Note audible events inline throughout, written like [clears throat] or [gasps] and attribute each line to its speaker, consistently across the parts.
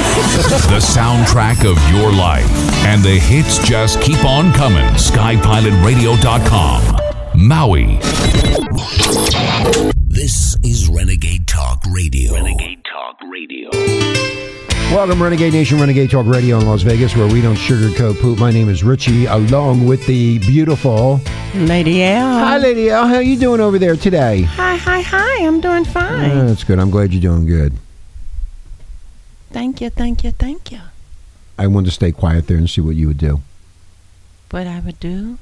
Speaker 1: the soundtrack of your life. And the hits just keep on coming. SkyPilotRadio.com. Maui.
Speaker 2: This is Renegade Talk Radio.
Speaker 3: Renegade Talk Radio.
Speaker 4: Welcome, Renegade Nation, Renegade Talk Radio in Las Vegas, where we don't sugarcoat poop. My name is Richie, along with the beautiful.
Speaker 5: Lady L.
Speaker 4: Hi, Lady L. How you doing over there today?
Speaker 5: Hi, hi, hi. I'm doing fine.
Speaker 4: Oh, that's good. I'm glad you're doing good.
Speaker 5: Thank you, thank you, thank you.
Speaker 4: I wanted to stay quiet there and see what you would do.
Speaker 5: What I would do?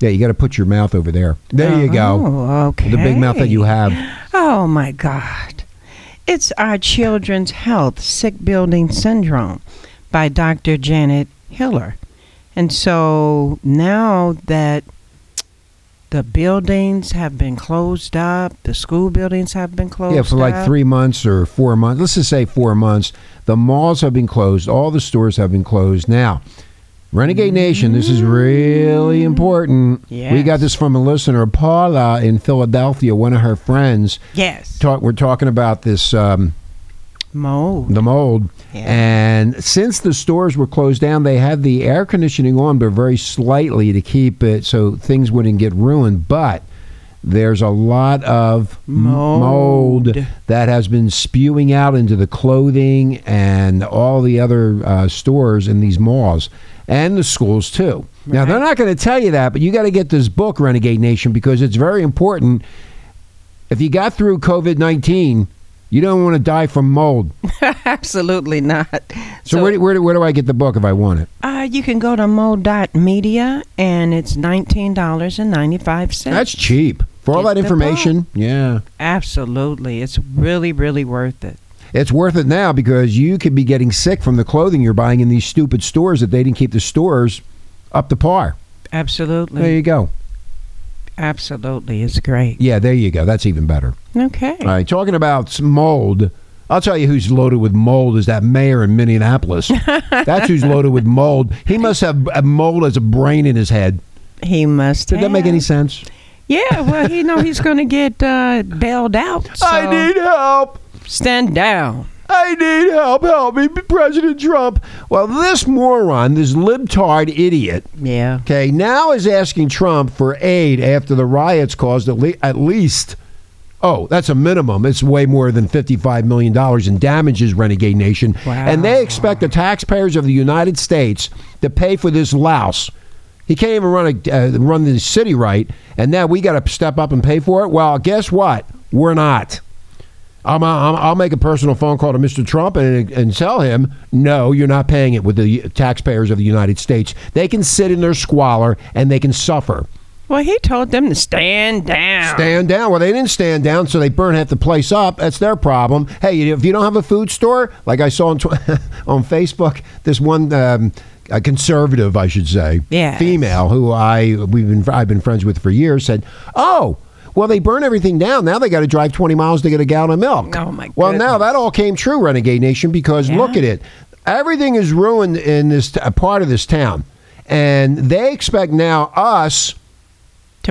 Speaker 4: Yeah, you got to put your mouth over there. There you go.
Speaker 5: Oh, okay.
Speaker 4: The big mouth that you have.
Speaker 5: Oh, my God. It's our Children's Health Sick Building Syndrome by Dr. Janet Hiller. And so now that the buildings have been closed up, the school buildings have been closed
Speaker 4: Yeah, for like
Speaker 5: up,
Speaker 4: three months or four months. Let's just say four months. The malls have been closed. All the stores have been closed. Now, Renegade Nation, this is really important. We got
Speaker 5: Yes.
Speaker 4: this from a listener, Paula in Philadelphia, one of her friends.
Speaker 5: Yes.
Speaker 4: Talk, we're talking about this um,
Speaker 5: Mold.
Speaker 4: the mold.
Speaker 5: Yeah.
Speaker 4: And since the stores were closed down, they had the air conditioning on, but very slightly to keep it so things wouldn't get ruined. But there's a lot of m-
Speaker 5: Mold.
Speaker 4: mold that has been spewing out into the clothing and all the other uh, stores in these malls and the schools, too. Now, they're not going to tell you that, but you got to get this book, Renegade Nation, because it's very important. If you got through COVID 19, you don't want to die from mold.
Speaker 5: Absolutely not.
Speaker 4: So, where, do- where, do- where do I get the book if I want it?
Speaker 5: Uh, you can go to mo.media and it's $19.95.
Speaker 4: That's cheap. For all
Speaker 5: Get
Speaker 4: that
Speaker 5: the
Speaker 4: information, yeah.
Speaker 5: Absolutely. It's really, really worth it.
Speaker 4: It's worth it now because you could be getting sick from the clothing you're buying in these stupid stores that they didn't keep the stores up to par. There
Speaker 5: Absolutely.
Speaker 4: you go.
Speaker 5: Absolutely. It's great.
Speaker 4: Yeah, there you go. That's even better.
Speaker 5: Okay.
Speaker 4: All right, talking about s- mold, I'll tell you who's loaded with mold is that mayor in
Speaker 5: [laughs]
Speaker 4: Minneapolis. That's who's loaded with mold. He must have a mold as a brain in his head.
Speaker 5: He must.
Speaker 4: Did that make any
Speaker 5: have-
Speaker 4: sense?
Speaker 5: Yeah. Well, you know he's going to get uh,
Speaker 4: [laughs]
Speaker 5: bailed out. so
Speaker 4: help.
Speaker 5: stand down.
Speaker 4: I need help. Help me, President Trump. Well, this moron, this libtard idiot,
Speaker 5: Yeah.
Speaker 4: okay, now is asking Trump for aid after the riots caused at, le- at least, oh, that's a minimum. It's way more than $55 million in damages, Renegade Nation.
Speaker 5: Wow.
Speaker 4: And they expect the taxpayers of the United States to pay for this louse. He can't even run, a, uh, run the city right, and now we got to step up and pay for it? Well, guess what? We're not. I'm, I'm, I'll make a personal phone call to Mr. Trump and, and tell him, no, you're not paying it with the taxpayers of the United States. They can sit in their squalor and they can suffer.
Speaker 5: Well, he told them to stand down.
Speaker 4: Stand down. Well, they didn't stand down, so they burn half the place up. That's their problem. Hey, if you don't have a food store, like I saw on, tw- [laughs] on Facebook, this one. Um, a conservative, I should say,
Speaker 5: Yes.
Speaker 4: female who I we've been I've been friends with for years said, "Oh, well they burn everything down. Now they got to drive 20 miles to get a gallon of milk."
Speaker 5: Oh, my
Speaker 4: Well, now
Speaker 5: goodness.
Speaker 4: that all came true, Renegade Nation, because
Speaker 5: Yeah.
Speaker 4: look at it. Everything is ruined in this t- a part of this town. And they expect now us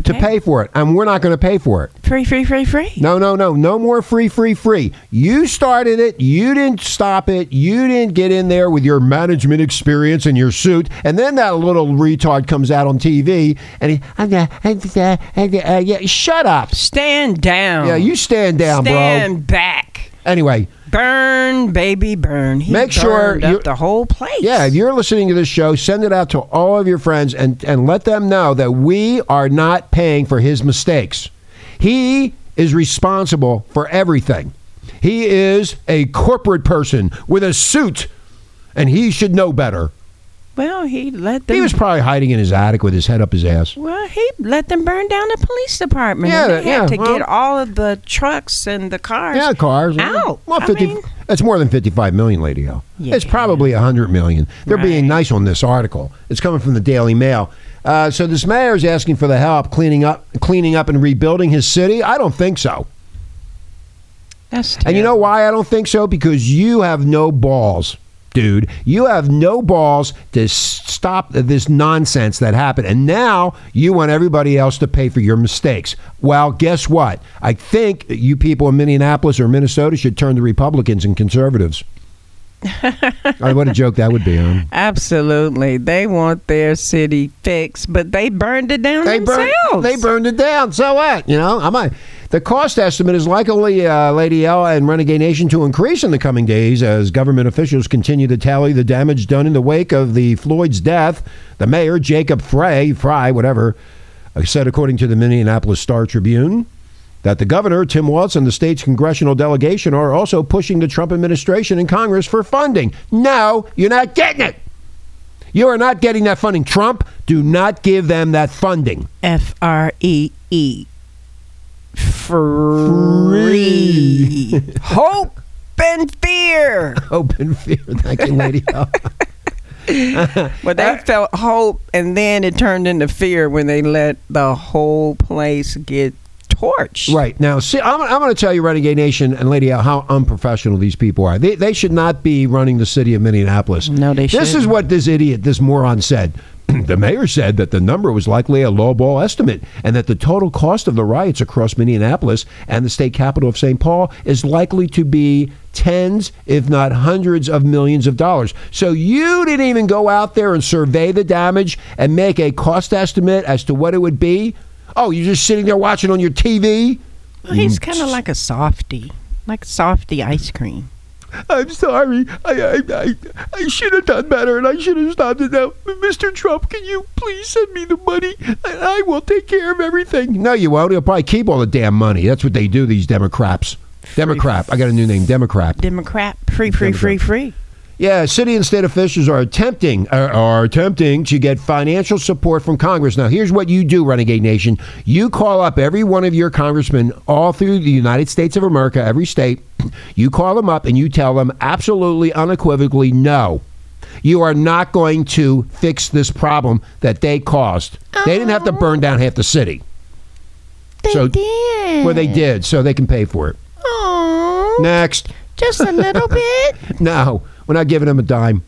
Speaker 4: to pay for it, and we're not going to pay for it.
Speaker 5: Free, free, free, free.
Speaker 4: No, no, no, no more free, free, free. You started it. You didn't stop it. You didn't get in there with your management experience and your suit. And then that little retard comes out on TV and he, I'm gonna- I'm gonna- I'm gonna- uh, yeah, shut up.
Speaker 5: Stand down.
Speaker 4: Yeah, you stand down,
Speaker 5: stand
Speaker 4: bro.
Speaker 5: back.
Speaker 4: Anyway,
Speaker 5: Burn, baby, burn. He
Speaker 4: Make sure
Speaker 5: burned
Speaker 4: you-
Speaker 5: up the whole place.
Speaker 4: yeah, if you're listening to this show, send it out to all of your friends and, and let them know that we are not paying for his mistakes. He is responsible for everything. He is a corporate person with a suit, and he should know better.
Speaker 5: Well, he let them.
Speaker 4: He was probably hiding in his attic with his head up his ass.
Speaker 5: Well, he let them burn down the police department.
Speaker 4: Yeah,
Speaker 5: and they
Speaker 4: yeah,
Speaker 5: had to
Speaker 4: well-
Speaker 5: get all of the trucks and the cars.
Speaker 4: Yeah, cars.
Speaker 5: Out.
Speaker 4: Well,
Speaker 5: I
Speaker 4: 50,
Speaker 5: mean-
Speaker 4: that's more than 55 million, Lady O. It's
Speaker 5: Yeah.
Speaker 4: probably 100 million. They're being
Speaker 5: Right.
Speaker 4: nice on this article. It's coming from the Daily Mail. Uh, so this mayor is asking for the help cleaning up, cleaning up and rebuilding his city. I don't think so.
Speaker 5: That's
Speaker 4: And you know why I don't think so? Because you have no balls, dude. You have no balls to s- stop this nonsense that happened. And now you want everybody else to pay for your mistakes. Well, guess what? I think you people in Minneapolis or Minnesota should turn to Republicans and conservatives.
Speaker 5: terrible.
Speaker 4: Oh, what a joke that would be, huh?
Speaker 5: Absolutely. They want their city fixed, but they burned it down
Speaker 4: They burned,
Speaker 5: themselves.
Speaker 4: they burned it down. So what? You know, I'm a, the cost estimate is likely, uh, Lady L and Renegade Nation, to increase in the coming days as government officials continue to tally the damage done in the wake of the Floyd's death. The mayor, Jacob Frey, Fry, whatever, uh, said, according to the Minneapolis Star Tribune, that the governor, Tim Walz, and the state's congressional delegation are also pushing the Trump administration and Congress for funding. No, you're not getting it. You are not getting that funding. Trump, do not give them that funding.
Speaker 5: F R E E. Free. [laughs] Hope and fear.
Speaker 4: [laughs] hope and fear. Thank you, Lady L.
Speaker 5: Well,
Speaker 4: Uh,
Speaker 5: they felt hope, and then it turned into fear when they let the whole place get torched.
Speaker 4: Right now, see, I'm, I'm going to tell you, Renegade Nation and Lady L, how unprofessional these people are. They, they should not be running the city of Minneapolis.
Speaker 5: No, they
Speaker 4: This is
Speaker 5: shouldn't.
Speaker 4: what this idiot, this moron said. [clears throat] the mayor said that the number was likely a lowball estimate, and that the total cost of the riots across Minneapolis and the state capital of St. Paul is likely to be tens, if not hundreds, of millions of dollars. So you didn't even go out there and survey the damage and make a cost estimate as to what it would be. Oh, you're just sitting there watching on your TV.
Speaker 5: Well, he's kind of like a softy, like softy ice cream.
Speaker 4: I'm sorry. I, I, I, I should have done better and I should have stopped it now. Mr. Trump, can you please send me the money and I will take care of everything? No, you won't. He'll probably keep all the damn money. That's what they do, these Democrats. Democrat. I got a new name, Democrat.
Speaker 5: Democrat, free, free, free, free.
Speaker 4: Yeah, city and state officials are attempting are, are attempting to get financial support from Congress. Now, here's what you do, Renegade Nation. You call up every one of your congressmen all through the United States of America, every state. You call them up and you tell them absolutely unequivocally no. You are not going to fix this problem that they caused. They didn't have to burn down half the city.
Speaker 5: They
Speaker 4: So-
Speaker 5: did.
Speaker 4: Well, they did, so they can pay for it.
Speaker 5: Aw,
Speaker 4: Next.
Speaker 5: just a little bit.
Speaker 4: No, we're not giving them a dime.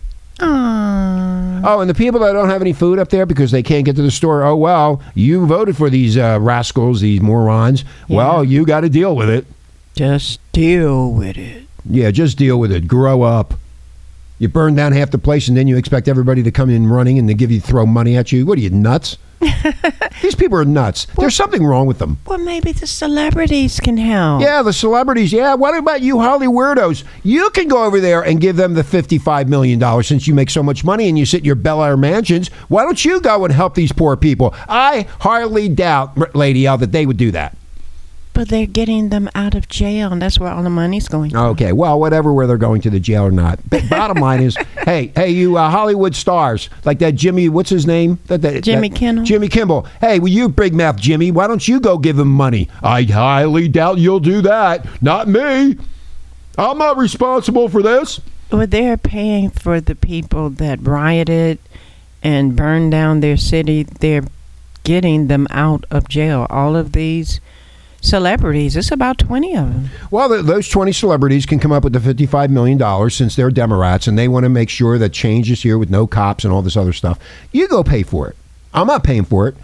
Speaker 5: Aw.
Speaker 4: Oh, and the people that don't have any food up there because they can't get to the store. Oh well, you voted for these uh, rascals, these morons. Well, you got to deal with it.
Speaker 5: Just deal with it.
Speaker 4: Yeah, just deal with it. Grow up. You burn down half the place, and then you expect everybody to come in running and to give you throw money at you. What are you nuts? these people are nuts. There's something wrong with them.
Speaker 5: Well, maybe the celebrities can help.
Speaker 4: Yeah, the celebrities. Yeah, what about you, Holly weirdos? You can go over there and give them the fifty-five million dollars since you make so much money and you sit in your Bel Air mansions. Why don't you go and help these poor people? I hardly doubt, R- Lady L, that they would do that.
Speaker 5: But they're getting them out of jail, and that's where all the money's going.
Speaker 4: Okay, well, whatever, whether they're going to the jail or not. But bottom line
Speaker 5: [laughs]
Speaker 4: is, hey, hey, you uh, Hollywood stars like that Jimmy, what's his name? That, that
Speaker 5: Jimmy
Speaker 4: that-
Speaker 5: Kimmel.
Speaker 4: Jimmy Kimmel. Hey, well, you big mouth Jimmy, why don't you go give him money? I highly doubt you'll do that. Not me. I'm not responsible for this.
Speaker 5: Well, they're paying for the people that rioted and burned down their city. They're getting them out of jail. All of these celebrities, it's about 20 of them.
Speaker 4: Well, th- those 20 celebrities can come up with the $55 million since they're Democrats and they want to make sure that change is here with no cops and all this other stuff. You go pay for it. I'm not paying for it.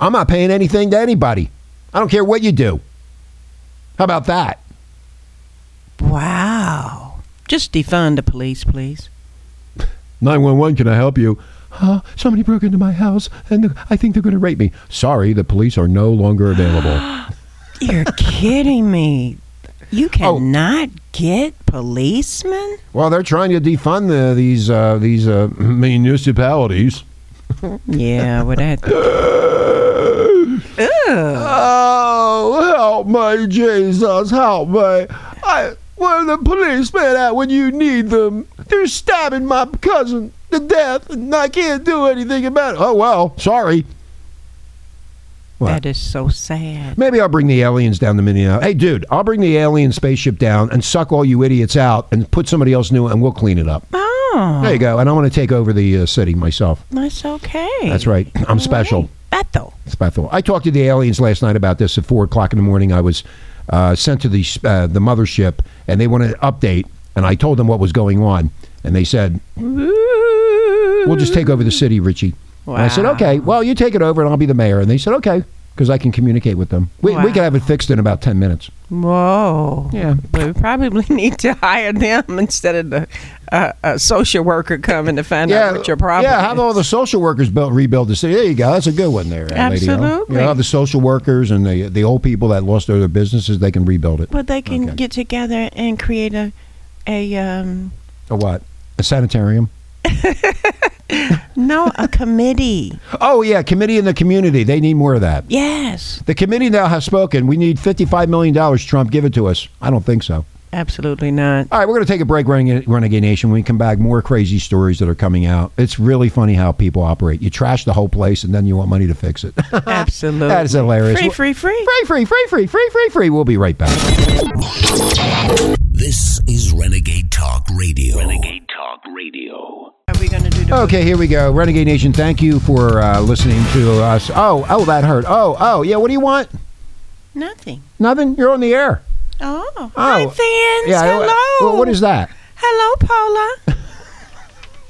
Speaker 4: I'm not paying anything to anybody. I don't care what you do. How about that?
Speaker 5: Wow. Just defund the police, please.
Speaker 4: 911, can I help you? Huh? Somebody broke into my house and th- I think they're going to rape me. Sorry, the police are no longer available.
Speaker 5: You're kidding me. You
Speaker 4: Oh.
Speaker 5: cannot get policemen?
Speaker 4: [gasps] well, they're trying to defund the, these, uh, these uh, [clears throat] [laughs] municipalities.
Speaker 5: Yeah,
Speaker 4: [laughs]
Speaker 5: well, that. Ugh.
Speaker 4: Oh, help me, Jesus, help me. I, where are the policemen at when you need them? They're stabbing my cousin to death, and I can't do anything about it. Oh, well, sorry. What?
Speaker 5: That is so sad.
Speaker 4: Maybe I'll bring the aliens down to Minneapolis. Hey, dude, I'll bring the alien spaceship down and suck all you idiots out and put somebody else new, and we'll clean it up.
Speaker 5: Oh,
Speaker 4: There you go. And I want to take over the uh, city myself.
Speaker 5: that's okay.
Speaker 4: That's right. I'm special.
Speaker 5: Bethel.
Speaker 4: It's about the- I talked to the aliens last night about this at four o'clock in the morning. I was uh, sent to the uh, the mothership, and they wanted an update. And I told them what was going on, and they said, "We'll just take over the city, Richie." And I said,
Speaker 5: Wow.
Speaker 4: "Okay. Well, you take it over, and I'll be the mayor." And they said, "Okay." because I can communicate with them. We,
Speaker 5: Wow.
Speaker 4: we could have it fixed in about 10 minutes.
Speaker 5: Whoa.
Speaker 4: Yeah.
Speaker 5: But we probably [laughs] need to hire them instead of the uh, a social worker coming to find out what your problem
Speaker 4: yeah.
Speaker 5: is.
Speaker 4: Have all the social workers built, rebuild the city. There you go. That's a good one there, uh, lady. O.
Speaker 5: Absolutely.
Speaker 4: You know, the social workers and the the old people that lost their businesses, they can rebuild it.
Speaker 5: But they can
Speaker 4: Okay.
Speaker 5: get together and create a a um,
Speaker 4: A what? A sanitarium.
Speaker 5: no a committee.
Speaker 4: Oh yeah, committee in the community. They need more of that.
Speaker 5: Yes,
Speaker 4: The committee now has spoken. We need fifty-five million dollars. Trump, give it to us. I don't think so.
Speaker 5: absolutely not.
Speaker 4: All right, we're going to take a break, Renegade, Renegade Nation. When we come back, more crazy stories that are coming out. It's really funny how people operate. You trash the whole place, and then you want money to fix it. [laughs] [laughs]
Speaker 5: Absolutely.
Speaker 4: that is hilarious.
Speaker 5: Free, free, free.
Speaker 4: free, free, free, free, free, free, free. We'll be right back.
Speaker 2: This is Renegade Talk Radio. Renegade Talk Radio.
Speaker 5: Are we going to do the
Speaker 4: Okay, here we go. Renegade Nation, thank you for uh, listening to us. Oh, oh, that hurt. Oh, oh, yeah. What do you want?
Speaker 5: nothing?
Speaker 4: Nothing. You're on the air.
Speaker 5: Oh, hi fans.
Speaker 4: Yeah.
Speaker 5: Hello.
Speaker 4: Well, what is that?
Speaker 5: Hello,
Speaker 4: [laughs]
Speaker 5: Paula.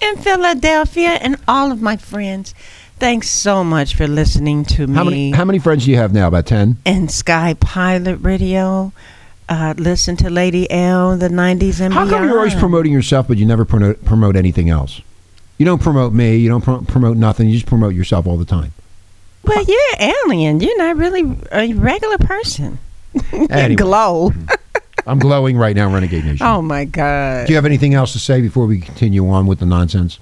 Speaker 5: In Philadelphia and all of my friends. Thanks so much for listening to me
Speaker 4: How many? How many friends do you have now? About ten.
Speaker 5: and Sky Pilot Radio. Uh, listen to Lady L, the 90s and
Speaker 4: How come you're always
Speaker 5: beyond.
Speaker 4: promoting yourself, but you never promote, promote anything else? You don't promote me. You don't pro- promote nothing. You just promote yourself all the time.
Speaker 5: Well, you're an alien. You're not really a regular person.
Speaker 4: Anyway.
Speaker 5: You [laughs] glow.
Speaker 4: I'm glowing right now, Renegade Nation.
Speaker 5: Oh my God.
Speaker 4: Do you have anything else to say before we continue on with the nonsense?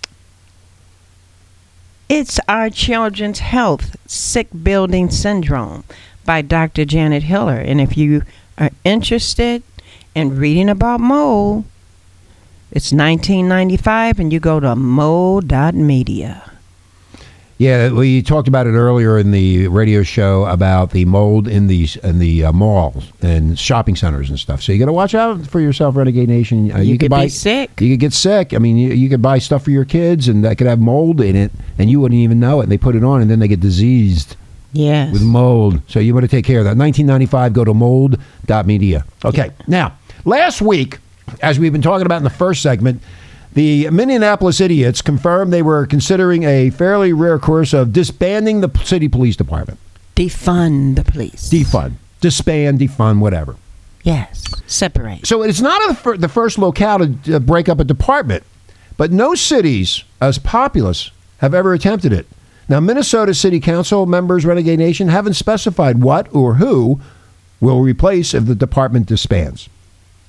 Speaker 5: It's Our Children's Health Sick Building Syndrome by Dr. Janet Hiller. And if you are interested in reading about mold, it's 1995 and you go to mold.media.
Speaker 4: Yeah, we talked about it earlier in the radio show about the mold in the in the uh, malls and shopping centers and stuff. So you got to watch out for yourself, Renegade Nation. Uh,
Speaker 5: you,
Speaker 4: could
Speaker 5: could
Speaker 4: buy
Speaker 5: be sick.
Speaker 4: you could get sick. I mean, you, you could buy stuff for your kids, and that could have mold in it, and you wouldn't even know it. And they put it on, and then they get diseased.
Speaker 5: Yes.
Speaker 4: with mold. So you want to take care of that. 1995, go to mold.media. Okay, now, last week, as we've been talking about in the first segment, the Minneapolis idiots confirmed they were considering a fairly rare course of disbanding the p- city police department.
Speaker 5: Defund the police.
Speaker 4: Defund, disband, defund, whatever.
Speaker 5: Yes. Separate.
Speaker 4: So it's not a, fir- the first locale to uh, break up a department, but no cities as populous have ever attempted it. Now, Minnesota City Council members, Renegade Nation, haven't specified what or who will replace if the department disbands.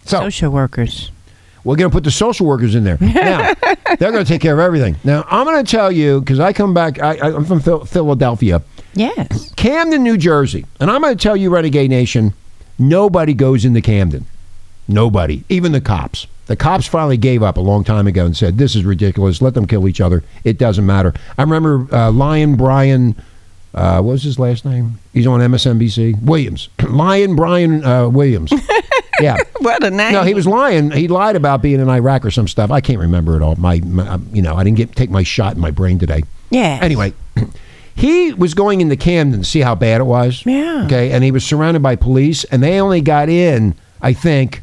Speaker 4: So
Speaker 5: Social workers.
Speaker 4: we're going to put the social workers in there. Now, they're going to take care of everything. Now, I'm going to tell you, because I come back, I, I- I'm from Phil- Philadelphia,
Speaker 5: Yes.
Speaker 4: Camden, New Jersey. And I'm going to tell you, Renegade Nation, nobody goes into Camden. Nobody, even the cops. The cops finally gave up a long time ago and said, "This is ridiculous. Let them kill each other. It doesn't matter." I remember uh, Lion Brian. Uh, what was his last name? He's on MSNBC. Williams. [clears throat] Lion Brian uh, Williams. yeah.
Speaker 5: What a name.
Speaker 4: No, he was lying. He lied about being in Iraq or some stuff. I can't remember it all. My, my you know, I didn't get take my shot in my brain today.
Speaker 5: Yes.
Speaker 4: Anyway, [clears throat] he was going into Camden to see how bad it was.
Speaker 5: Yeah.
Speaker 4: Okay, and he was surrounded by police, and they only got in, I think,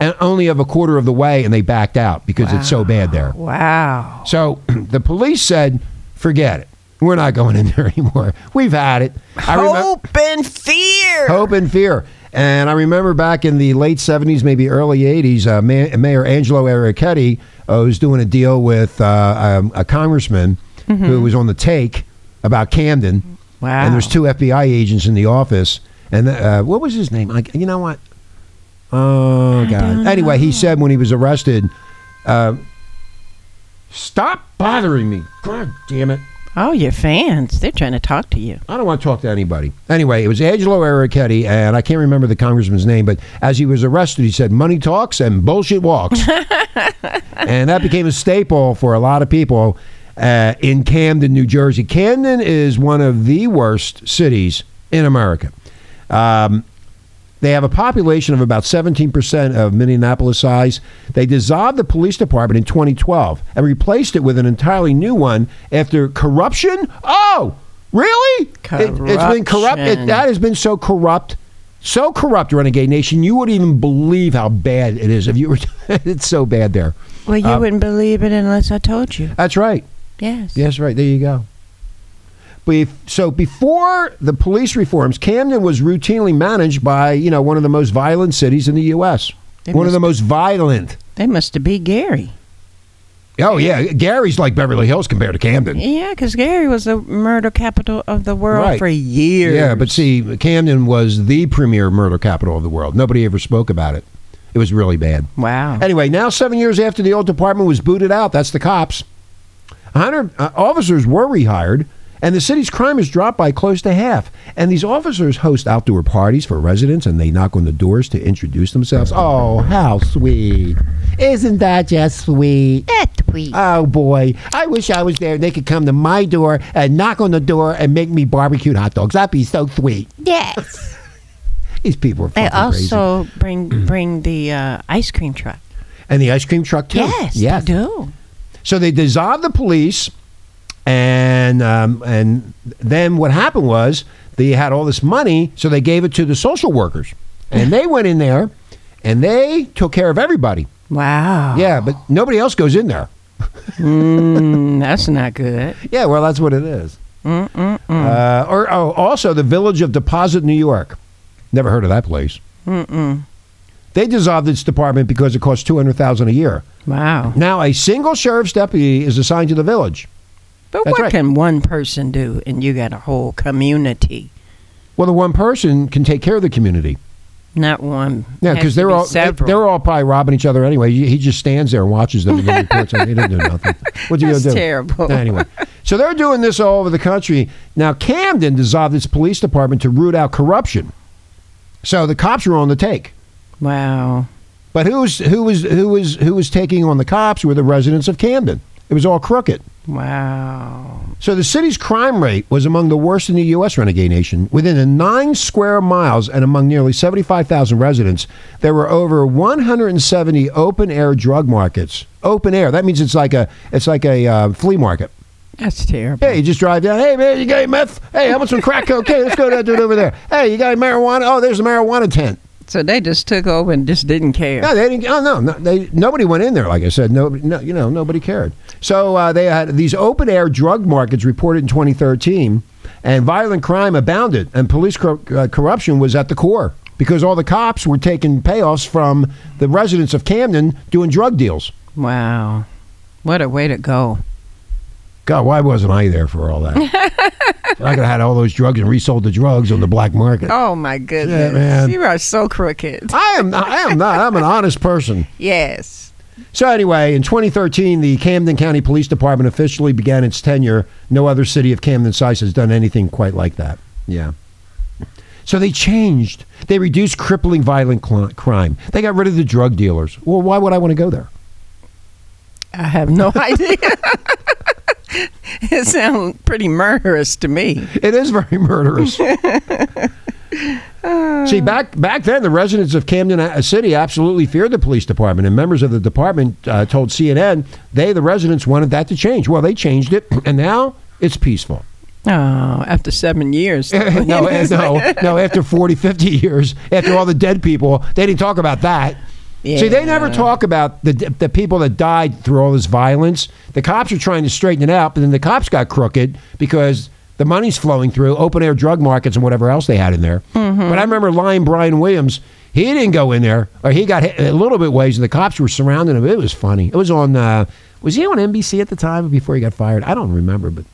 Speaker 4: and only of a quarter of the way, and they backed out because it's so bad there.
Speaker 5: Wow.
Speaker 4: So [clears throat] the police said, "Forget it. We're not going in [laughs] there anymore. We've had it." I remem-
Speaker 5: Hope and fear.
Speaker 4: hope and fear. And I remember back in the late 70s, maybe early 80s, uh, Ma- Mayor Angelo Arricchetti uh, was doing a deal with uh, um, a congressman
Speaker 5: Mm-hmm.
Speaker 4: who was on the take about Camden.
Speaker 5: Wow.
Speaker 4: And there's two FBI agents in the office. And uh, what was his name? I, you know what? Oh, God. Anyway, he said when he was arrested, uh, stop bothering me. God damn it.
Speaker 5: Oh, your fans. They're trying to talk to you.
Speaker 4: I don't want to talk to anybody. Anyway, it was Angelo Arricchetti, and I can't remember the congressman's name, but as he was arrested, he said, Money talks and bullshit walks. and that became a staple for a lot of people uh, in Camden, New Jersey. Camden is one of the worst cities in America. Um, they have a population of about 17% of Minneapolis size. They dissolved the police department in 2012 and replaced it with an entirely new one after corruption. Oh, really? It, has been corrupt. It,
Speaker 5: Corruption.
Speaker 4: that has been so corrupt. So corrupt, Renegade Nation, you wouldn't even believe how bad it is. If you were, [laughs] it's so bad there.
Speaker 5: Well, you
Speaker 4: Um,
Speaker 5: wouldn't believe it unless I told you.
Speaker 4: That's right.
Speaker 5: Yes.
Speaker 4: Yes, right. There you go. Bef- So before the police reforms, Camden was routinely managed by you know one of the most violent cities in the U.S.
Speaker 5: They
Speaker 4: one of
Speaker 5: must-
Speaker 4: the most violent.
Speaker 5: They must be Gary.
Speaker 4: Oh yeah, Gary's like Beverly Hills compared to Camden.
Speaker 5: Yeah, because Gary was the murder capital of the world
Speaker 4: Right.
Speaker 5: for years.
Speaker 4: Yeah, but see, Camden was the premier murder capital of the world. Nobody ever spoke about it. It was really bad.
Speaker 5: wow.
Speaker 4: Anyway, now seven years after the old department was booted out, that's the cops. A hundred uh, officers were rehired, and the city's crime has dropped by close to half. And these officers host outdoor parties for residents, and they knock on the doors to introduce themselves. Oh, how sweet! Isn't that just sweet?
Speaker 3: That's sweet.
Speaker 4: Oh boy, I wish I was there. They could come to my door and knock on the door and make me barbecued hot dogs. That'd be so sweet.
Speaker 3: yes.
Speaker 4: These people are
Speaker 5: They
Speaker 4: fucking crazy.
Speaker 5: also bring bring the uh, ice cream truck.
Speaker 4: And the ice cream truck too.
Speaker 5: Yes,
Speaker 4: yes.
Speaker 5: they do.
Speaker 4: So they dissolved the police, and um, and then what happened was they had all this money, so they gave it to the social workers, and they went in there, and they took care of everybody.
Speaker 5: Wow.
Speaker 4: Yeah, but nobody else goes in there.
Speaker 5: Mm, that's not good.
Speaker 4: Yeah, well, that's what it is. Uh, or oh, also the village of Deposit, New York. Never heard of that place.
Speaker 5: Mm-mm.
Speaker 4: They dissolved its department because it cost two hundred thousand a year.
Speaker 5: Wow.
Speaker 4: Now a single sheriff's deputy is assigned to the village.
Speaker 5: But
Speaker 4: That's
Speaker 5: what
Speaker 4: right.
Speaker 5: can one person do and you got a whole community?
Speaker 4: Well, the one person can take care of the community.
Speaker 5: Not one.
Speaker 4: Yeah, because
Speaker 5: Has to
Speaker 4: they're
Speaker 5: be
Speaker 4: all they-
Speaker 5: several.
Speaker 4: they're all probably robbing each other anyway. He he just stands there and watches them and then reports on. it. He doesn't
Speaker 5: [laughs]
Speaker 4: do nothing. What you gonna
Speaker 5: That's
Speaker 4: do?
Speaker 5: terrible.
Speaker 4: Anyway, so they're doing this all over the country now. Camden dissolved its police department to root out corruption, so the cops were on the take.
Speaker 5: Wow.
Speaker 4: But who was who was who was who was taking on the cops were the residents of Camden. It was all crooked.
Speaker 5: Wow.
Speaker 4: So the city's crime rate was among the worst in the U.S. renegade nation. Within the nine square miles and among nearly 75,000 residents, there were over 170 open air drug markets. Open air. That means it's like a it's like a uh, flea market.
Speaker 5: That's terrible.
Speaker 4: Hey, you just drive down. Hey man, you got any meth? Hey, how about some crack cocaine? Let's go down to it over there. Hey, you got any marijuana? Oh, there's a marijuana tent.
Speaker 5: So they just took over and just didn't care.
Speaker 4: No, they didn't. Oh no, no they, nobody went in there. Like I said, nobody, no, you know, nobody cared. So uh, they had these open air drug markets reported in 2013, and violent crime abounded, and police cor- uh, corruption was at the core because all the cops were taking payoffs from the residents of Camden doing drug deals.
Speaker 5: Wow. What a way to go.
Speaker 4: God, why wasn't I there for all that? I could have had all those drugs and resold the drugs on the black market.
Speaker 5: Oh my goodness.
Speaker 4: man.
Speaker 5: You are so crooked.
Speaker 4: I am. I am not. I'm an honest person.
Speaker 5: Yes.
Speaker 4: So anyway, in 2013, the Camden County Police Department officially began its tenure. No other city of Camden size has done anything quite like that. Yeah. So they changed. They reduced crippling violent cl- crime. They got rid of the drug dealers. Well, why would I want to go there?
Speaker 5: I
Speaker 4: [laughs]
Speaker 5: have no idea. it sounds pretty murderous to me.
Speaker 4: It is very [laughs] murderous. See, back back then, the residents of Camden uh, City absolutely feared the police department, and members of the department uh, told CNN they, the residents, wanted that to change. Well, they changed it, [clears throat] and now it's peaceful.
Speaker 5: Oh, after seven
Speaker 4: [laughs]
Speaker 5: years. [laughs]
Speaker 4: no, eh, no, no. After 40, 50 years, after all the dead people, they didn't talk about that. See, they never
Speaker 5: Yeah.
Speaker 4: talk about the the people that died through all this violence. The cops are trying to straighten it out, but then the cops got crooked because the money's flowing through open air drug markets and whatever else they had in there. But I remember lying Brian Williams. He didn't go in there, or he got hit a little bit ways, and the cops were surrounding him. It was funny. It was on. Uh, was he on NBC at the time before he got fired? I don't remember, but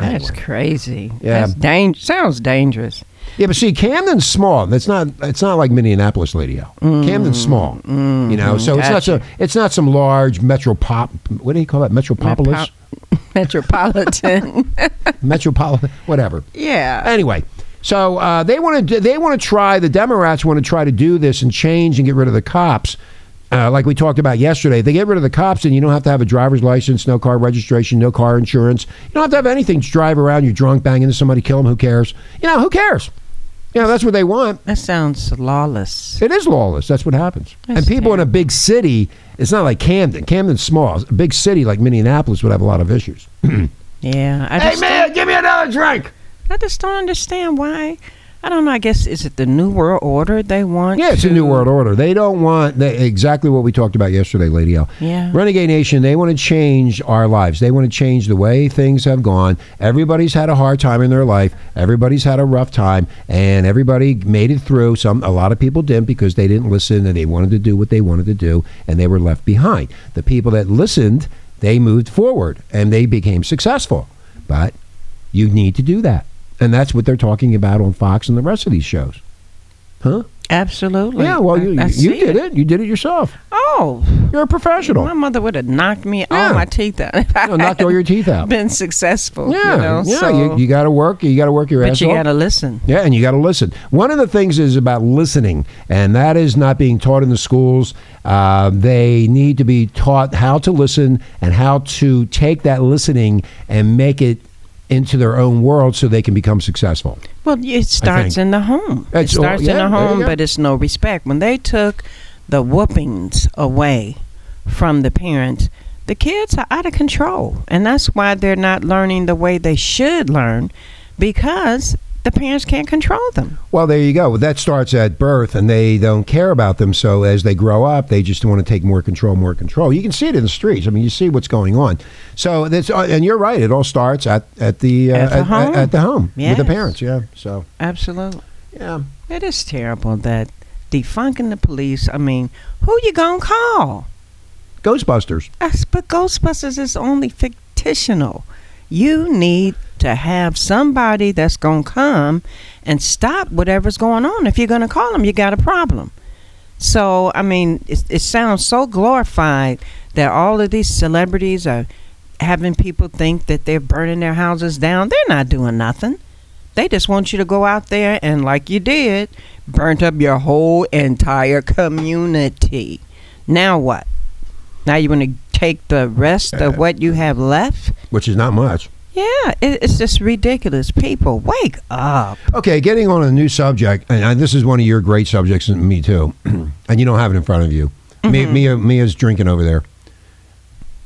Speaker 5: That's crazy.
Speaker 4: Yeah.
Speaker 5: That's dang- sounds dangerous.
Speaker 4: Yeah, but see, Camden's small. That's not. It's not like Minneapolis, Lady O. Camden's small. you know, so it's not
Speaker 5: gotcha.
Speaker 4: so. It's not some large metropop. What do you call that? Metropolis,
Speaker 5: [laughs] Metropolitan. [laughs]
Speaker 4: metropolitan, whatever.
Speaker 5: yeah.
Speaker 4: Anyway, so uh, they want to. They want to try. The Democrats want to try to do this and change and get rid of the cops. Uh, like we talked about yesterday, they get rid of the cops, and you don't have to have a driver's license, no car registration, no car insurance. You don't have to have anything. Just drive around, you're drunk, bang into somebody, kill them. Who cares? You know, who cares? You know, that's what they want.
Speaker 5: That sounds lawless.
Speaker 4: It is lawless. That's what happens.
Speaker 5: That's
Speaker 4: and people in a big city, it's not like Camden. Camden's small. A big city like Minneapolis would have a lot of issues.
Speaker 5: Yeah. I just,
Speaker 4: give me another drink.
Speaker 5: don't, I just don't understand why I don't know. I guess is it the new world order they want?
Speaker 4: Yeah, it's a
Speaker 5: to-
Speaker 4: new world order. They don't want they, exactly what we talked about yesterday, Lady L.
Speaker 5: Yeah.
Speaker 4: Renegade Nation, they want to change our lives. They want to change the way things have gone. Everybody's had a hard time in their life. Everybody's had a rough time, and everybody made it through. Some, a lot of people didn't because they didn't listen and they wanted to do what they wanted to do, and they were left behind. The people that listened, they moved forward and they became successful. But you need to do that, and that's what they're talking about on Fox and the rest of these shows, huh?
Speaker 5: Absolutely.
Speaker 4: Yeah, well,
Speaker 5: I-
Speaker 4: you,
Speaker 5: I
Speaker 4: you
Speaker 5: see
Speaker 4: did it. You did it yourself.
Speaker 5: Oh,
Speaker 4: You're a professional.
Speaker 5: my mother would have knocked me
Speaker 4: Yeah.
Speaker 5: all my teeth out. if I
Speaker 4: You know, knocked all your teeth
Speaker 5: hadn't
Speaker 4: out.
Speaker 5: Been successful.
Speaker 4: yeah,
Speaker 5: You know,
Speaker 4: yeah.
Speaker 5: so-
Speaker 4: you you got to work. You got to work your
Speaker 5: but
Speaker 4: ass
Speaker 5: you
Speaker 4: off.
Speaker 5: got to listen.
Speaker 4: Yeah, and you got to listen. One of the things is about listening, and that is not being taught in the schools. Uh, they need to be taught how to listen and how to take that listening and make it into their own world so they can become successful.
Speaker 5: Well, it starts in the home.
Speaker 4: It's
Speaker 5: it
Speaker 4: all-
Speaker 5: starts
Speaker 4: yeah,
Speaker 5: in
Speaker 4: there
Speaker 5: the
Speaker 4: you
Speaker 5: home,
Speaker 4: go.
Speaker 5: but it's no respect. When they took the whoopings away from the parents, the kids are out of control. And that's why they're not learning the way they should learn because the parents can't control them.
Speaker 4: Well, there you go. That starts at birth, and they don't care about them. So as they grow up, they just want to take more control, more control. You can see it in the streets. I mean, you see what's going on. So that's uh, and you're right. It all starts at at the uh,
Speaker 5: At the home.
Speaker 4: at the home with
Speaker 5: Yes.
Speaker 4: the parents. Yeah. So
Speaker 5: Absolutely.
Speaker 4: yeah.
Speaker 5: It is terrible that defunction the police, I mean, who you going to call?
Speaker 4: Ghostbusters.
Speaker 5: That's, but Ghostbusters is only fictional. You need to have somebody that's going to come and stop whatever's going on. If you're going to call them, you got a problem. So, I mean, it, it sounds so glorified that all of these celebrities are having people think that they're burning their houses down. They're not doing nothing. They just want you to go out there and, like you did, burnt up your whole entire community. Now what? Now you want to take the rest of what you have left?
Speaker 4: Which is not much.
Speaker 5: Yeah, it, it's just ridiculous. People, wake up.
Speaker 4: Okay, getting on a new subject, and uh, this is one of your great subjects, and me too. [clears throat] and you don't have it in front of you. Mi-
Speaker 5: Mm-hmm.
Speaker 4: Mia, Mia's drinking over there.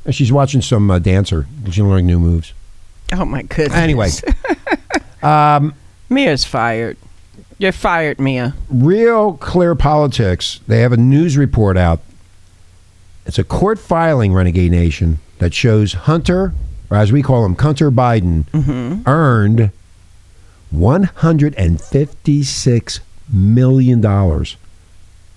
Speaker 4: And She's watching some uh, dancer. She's learning new moves.
Speaker 5: Oh my goodness. [laughs]
Speaker 4: Anyway, um,
Speaker 5: Mia's fired. You're fired, Mia.
Speaker 4: Real Clear Politics, they have a news report out. It's a court filing, Renegade Nation, that shows Hunter, or as we call him, Hunter Biden, earned $156 million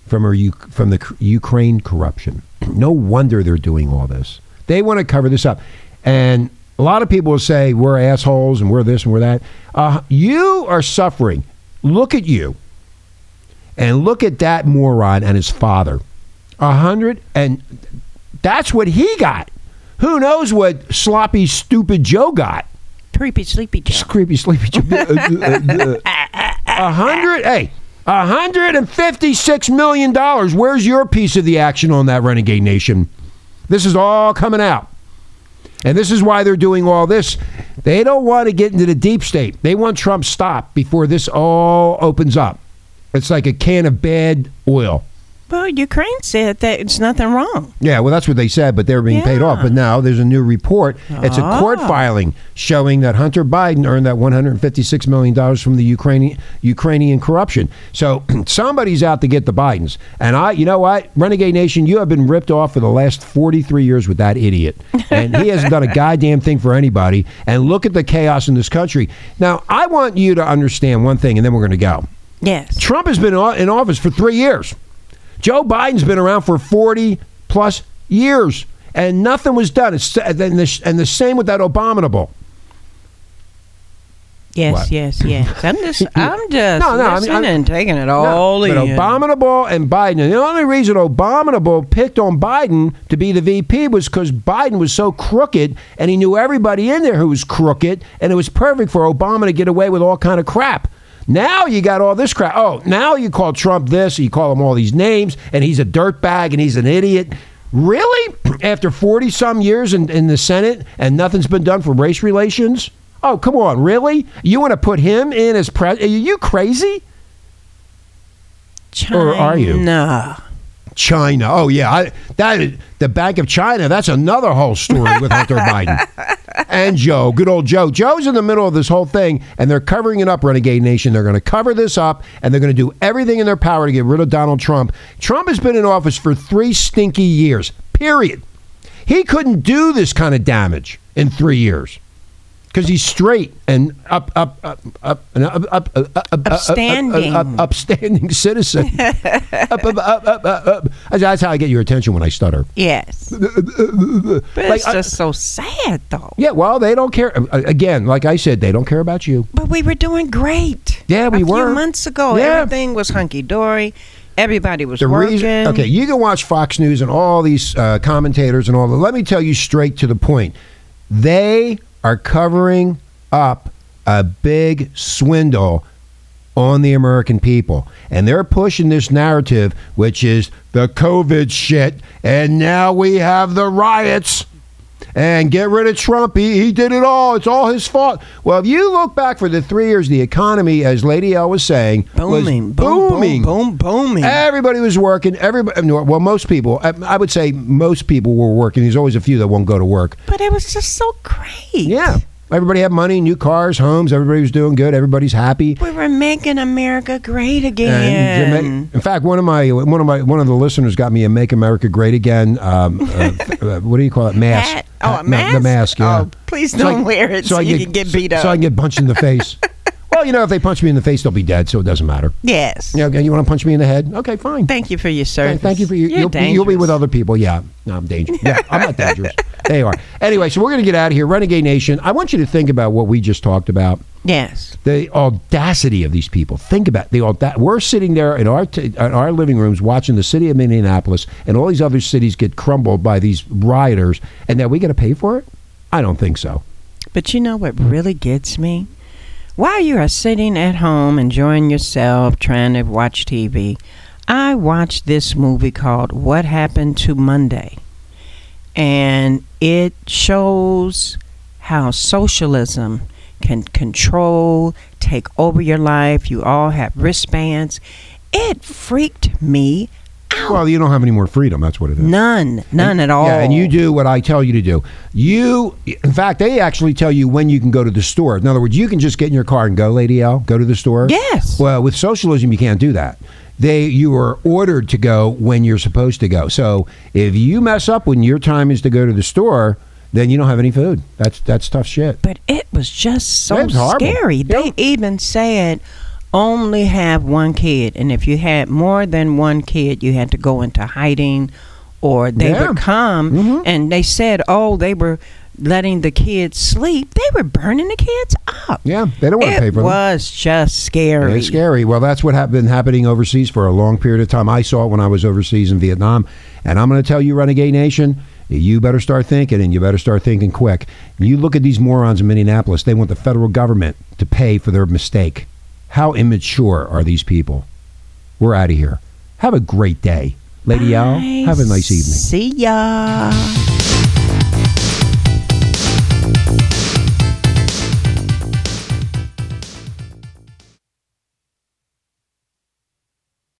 Speaker 4: from, her, U- from the C- Ukraine corruption. [clears throat] No wonder they're doing all this. They want to cover this up. And a lot of people will say, we're assholes and we're this and we're that. Uh, you are suffering. Look at you. And look at that moron and his father. A hundred and that's what he got. Who knows what sloppy, stupid Joe got?
Speaker 5: Creepy, sleepy Joe.
Speaker 4: Creepy, sleepy uh, Joe. uh, A hundred, hey, a hundred and fifty-six million dollars. Where's your piece of the action on that, Renegade Nation? This is all coming out. And this is why they're doing all this. They don't want to get into the deep state. They want Trump stopped before this all opens up. It's like a can of bad oil.
Speaker 5: Well, Ukraine said that it's nothing wrong.
Speaker 4: Yeah, well, that's what they said, but they were being paid off. But now there's a new report. It's a court filing showing that Hunter Biden earned that 156 million dollars from the Ukrainian Ukrainian corruption. So [clears throat] somebody's out to get the Bidens. And I, you know what, Renegade Nation, you have been ripped off for the last 43 years with that idiot, and he hasn't done a goddamn thing for anybody. And look at the chaos in this country. Now, I want you to understand one thing, and then we're going to go.
Speaker 5: Yes.
Speaker 4: Trump has been o- in office for three years. Joe Biden's been around for 40 plus years, and nothing was done. It's, and, the, and the same with that abominable.
Speaker 5: Yes,
Speaker 4: What?
Speaker 5: yes, yes. [laughs] I'm just, I'm
Speaker 4: [laughs]
Speaker 5: just
Speaker 4: No, no, I mean,
Speaker 5: listening
Speaker 4: I'm-
Speaker 5: and taking it
Speaker 4: No,
Speaker 5: all
Speaker 4: but
Speaker 5: in.
Speaker 4: abominable and Biden. And the only reason abominable picked on Biden to be the VP was because Biden was so crooked, and he knew everybody in there who was crooked, and it was perfect for Obama to get away with all kind of crap. Now you got all this crap. Oh, now you call Trump this, you call him all these names, and he's a dirtbag and he's an idiot. Really? [clears throat] After 40 some years in, in the Senate and nothing's been done for race relations? Oh, come on, really? You want to put him in as president? Are you crazy? or are you? Uh,
Speaker 5: No.
Speaker 4: China. Oh yeah, I, that is- the Bank of China. That's another whole story with Hunter Biden. and Joe, good old Joe. Joe's in the middle of this whole thing, and they're covering it up, Renegade Nation. They're going to cover this up, and they're going to do everything in their power to get rid of Donald Trump. Trump has been in office for three stinky years, period. He couldn't do this kind of damage in three years. Because he's straight and up, up, up, up, and up, up, up, up, up,
Speaker 5: Upstanding.
Speaker 4: up, up, upstanding [laughs] citizen. up, up, up, up, up, up. That's how I get your attention when I stutter. uh,
Speaker 5: Yes. But it's
Speaker 4: I-
Speaker 5: just so sad, though.
Speaker 4: Yeah, well, they don't care. Uh, Again, like I said, they don't care about you.
Speaker 5: But we were doing great.
Speaker 4: Yeah, we
Speaker 5: a
Speaker 4: were.
Speaker 5: Few months ago,
Speaker 4: Yeah.
Speaker 5: everything was hunky dory. Everybody was
Speaker 4: The
Speaker 5: working.
Speaker 4: reason, okay, you can watch Fox News and all these uh, commentators and all that. Let me tell you straight to the point. They are covering up a big swindle on the American people, and they're pushing this narrative, which is the COVID shit, and now we have the riots. and get rid of Trump. He, he did it all. It's all his fault. Well, if you look back for the three years, the economy, as Lady L was saying,
Speaker 5: Booming,
Speaker 4: was
Speaker 5: boom, boom,
Speaker 4: booming, Eh.
Speaker 5: boom, booming.
Speaker 4: Everybody was working. Everybody, well, most people. I, I would say most people were working. There's always a few that won't go to work.
Speaker 5: But it was just so great.
Speaker 4: Yeah, everybody had money, new cars, homes. Everybody was doing good. Everybody's happy.
Speaker 5: We were making America great
Speaker 4: And Jama-
Speaker 5: again.
Speaker 4: in fact, one of my one of my one of the listeners got me a "Make America Great Again." Um,
Speaker 5: [laughs]
Speaker 4: uh, uh, what do you call it? Mask.
Speaker 5: Hat? Oh,
Speaker 4: no,
Speaker 5: a
Speaker 4: The
Speaker 5: mask?
Speaker 4: mask. Yeah.
Speaker 5: Oh, please don't wear it so you can get beat
Speaker 4: So I
Speaker 5: up.
Speaker 4: can get punched in
Speaker 5: [laughs]
Speaker 4: the face. well, you know, if they punch me in the face, they'll be dead, so it doesn't matter.
Speaker 5: Yes.
Speaker 4: Yeah, okay, you want to punch me in the head? Okay, fine.
Speaker 5: Thank you for your
Speaker 4: Th-
Speaker 5: service.
Speaker 4: Thank you for your.
Speaker 5: You're
Speaker 4: You'll, be- you'll be
Speaker 5: dangerous.
Speaker 4: with other people. Yeah. No, I'm dangerous. Yeah, I'm not
Speaker 5: [laughs]
Speaker 4: dangerous. They are. Anyway, so we're going to get out of here. Renegade Nation, I want you to think about what we just talked about
Speaker 5: Yes.
Speaker 4: the audacity of these people. Think about the auda- We're sitting there in our t- in our living rooms watching the city of Indianapolis and all these other cities get crumbled by these rioters, and now we got to pay for it. I don't think so.
Speaker 5: But you know what really gets me? While you are sitting at home enjoying yourself, trying to watch TV, I watched this movie called What Happened to Monday. And it shows how socialism can control, take over your life. You all have wristbands. It freaked me
Speaker 4: Well, you don't have any more freedom. That's what it is.
Speaker 5: none, none at all.
Speaker 4: Yeah, and you do what I tell you to do. You, in fact, they actually tell you when you can go to the store. In other words, you can just get in your car and go, Lady L, go to the store.
Speaker 5: Yes.
Speaker 4: Well, with socialism, you can't do that. They, you are ordered to go when you're supposed to go. So if you mess up when your time is to go to the store, then you don't have any food. That's that's tough shit.
Speaker 5: but it was just so
Speaker 4: It was horrible.
Speaker 5: scary. They
Speaker 4: Yeah.
Speaker 5: even said only have one kid, and if you had more than one kid, you had to go into hiding, or they
Speaker 4: Yeah. Mm-hmm.
Speaker 5: would come and they said, oh, they were letting the kids sleep. They were burning the kids up.
Speaker 4: Yeah, they don't want to
Speaker 5: It
Speaker 4: pay for them.
Speaker 5: was just scary.
Speaker 4: It's scary. Well, that's what have been happening overseas for a long period of time. I saw it when I was overseas in Vietnam, and I'm going to tell you, Renegade Nation, you better start thinking, and you better start thinking quick. You look at these morons in Minneapolis; they want the federal government to pay for their mistake. How immature are these people? We're out of here. Have a great day, Lady Al. Have a nice evening.
Speaker 5: See ya.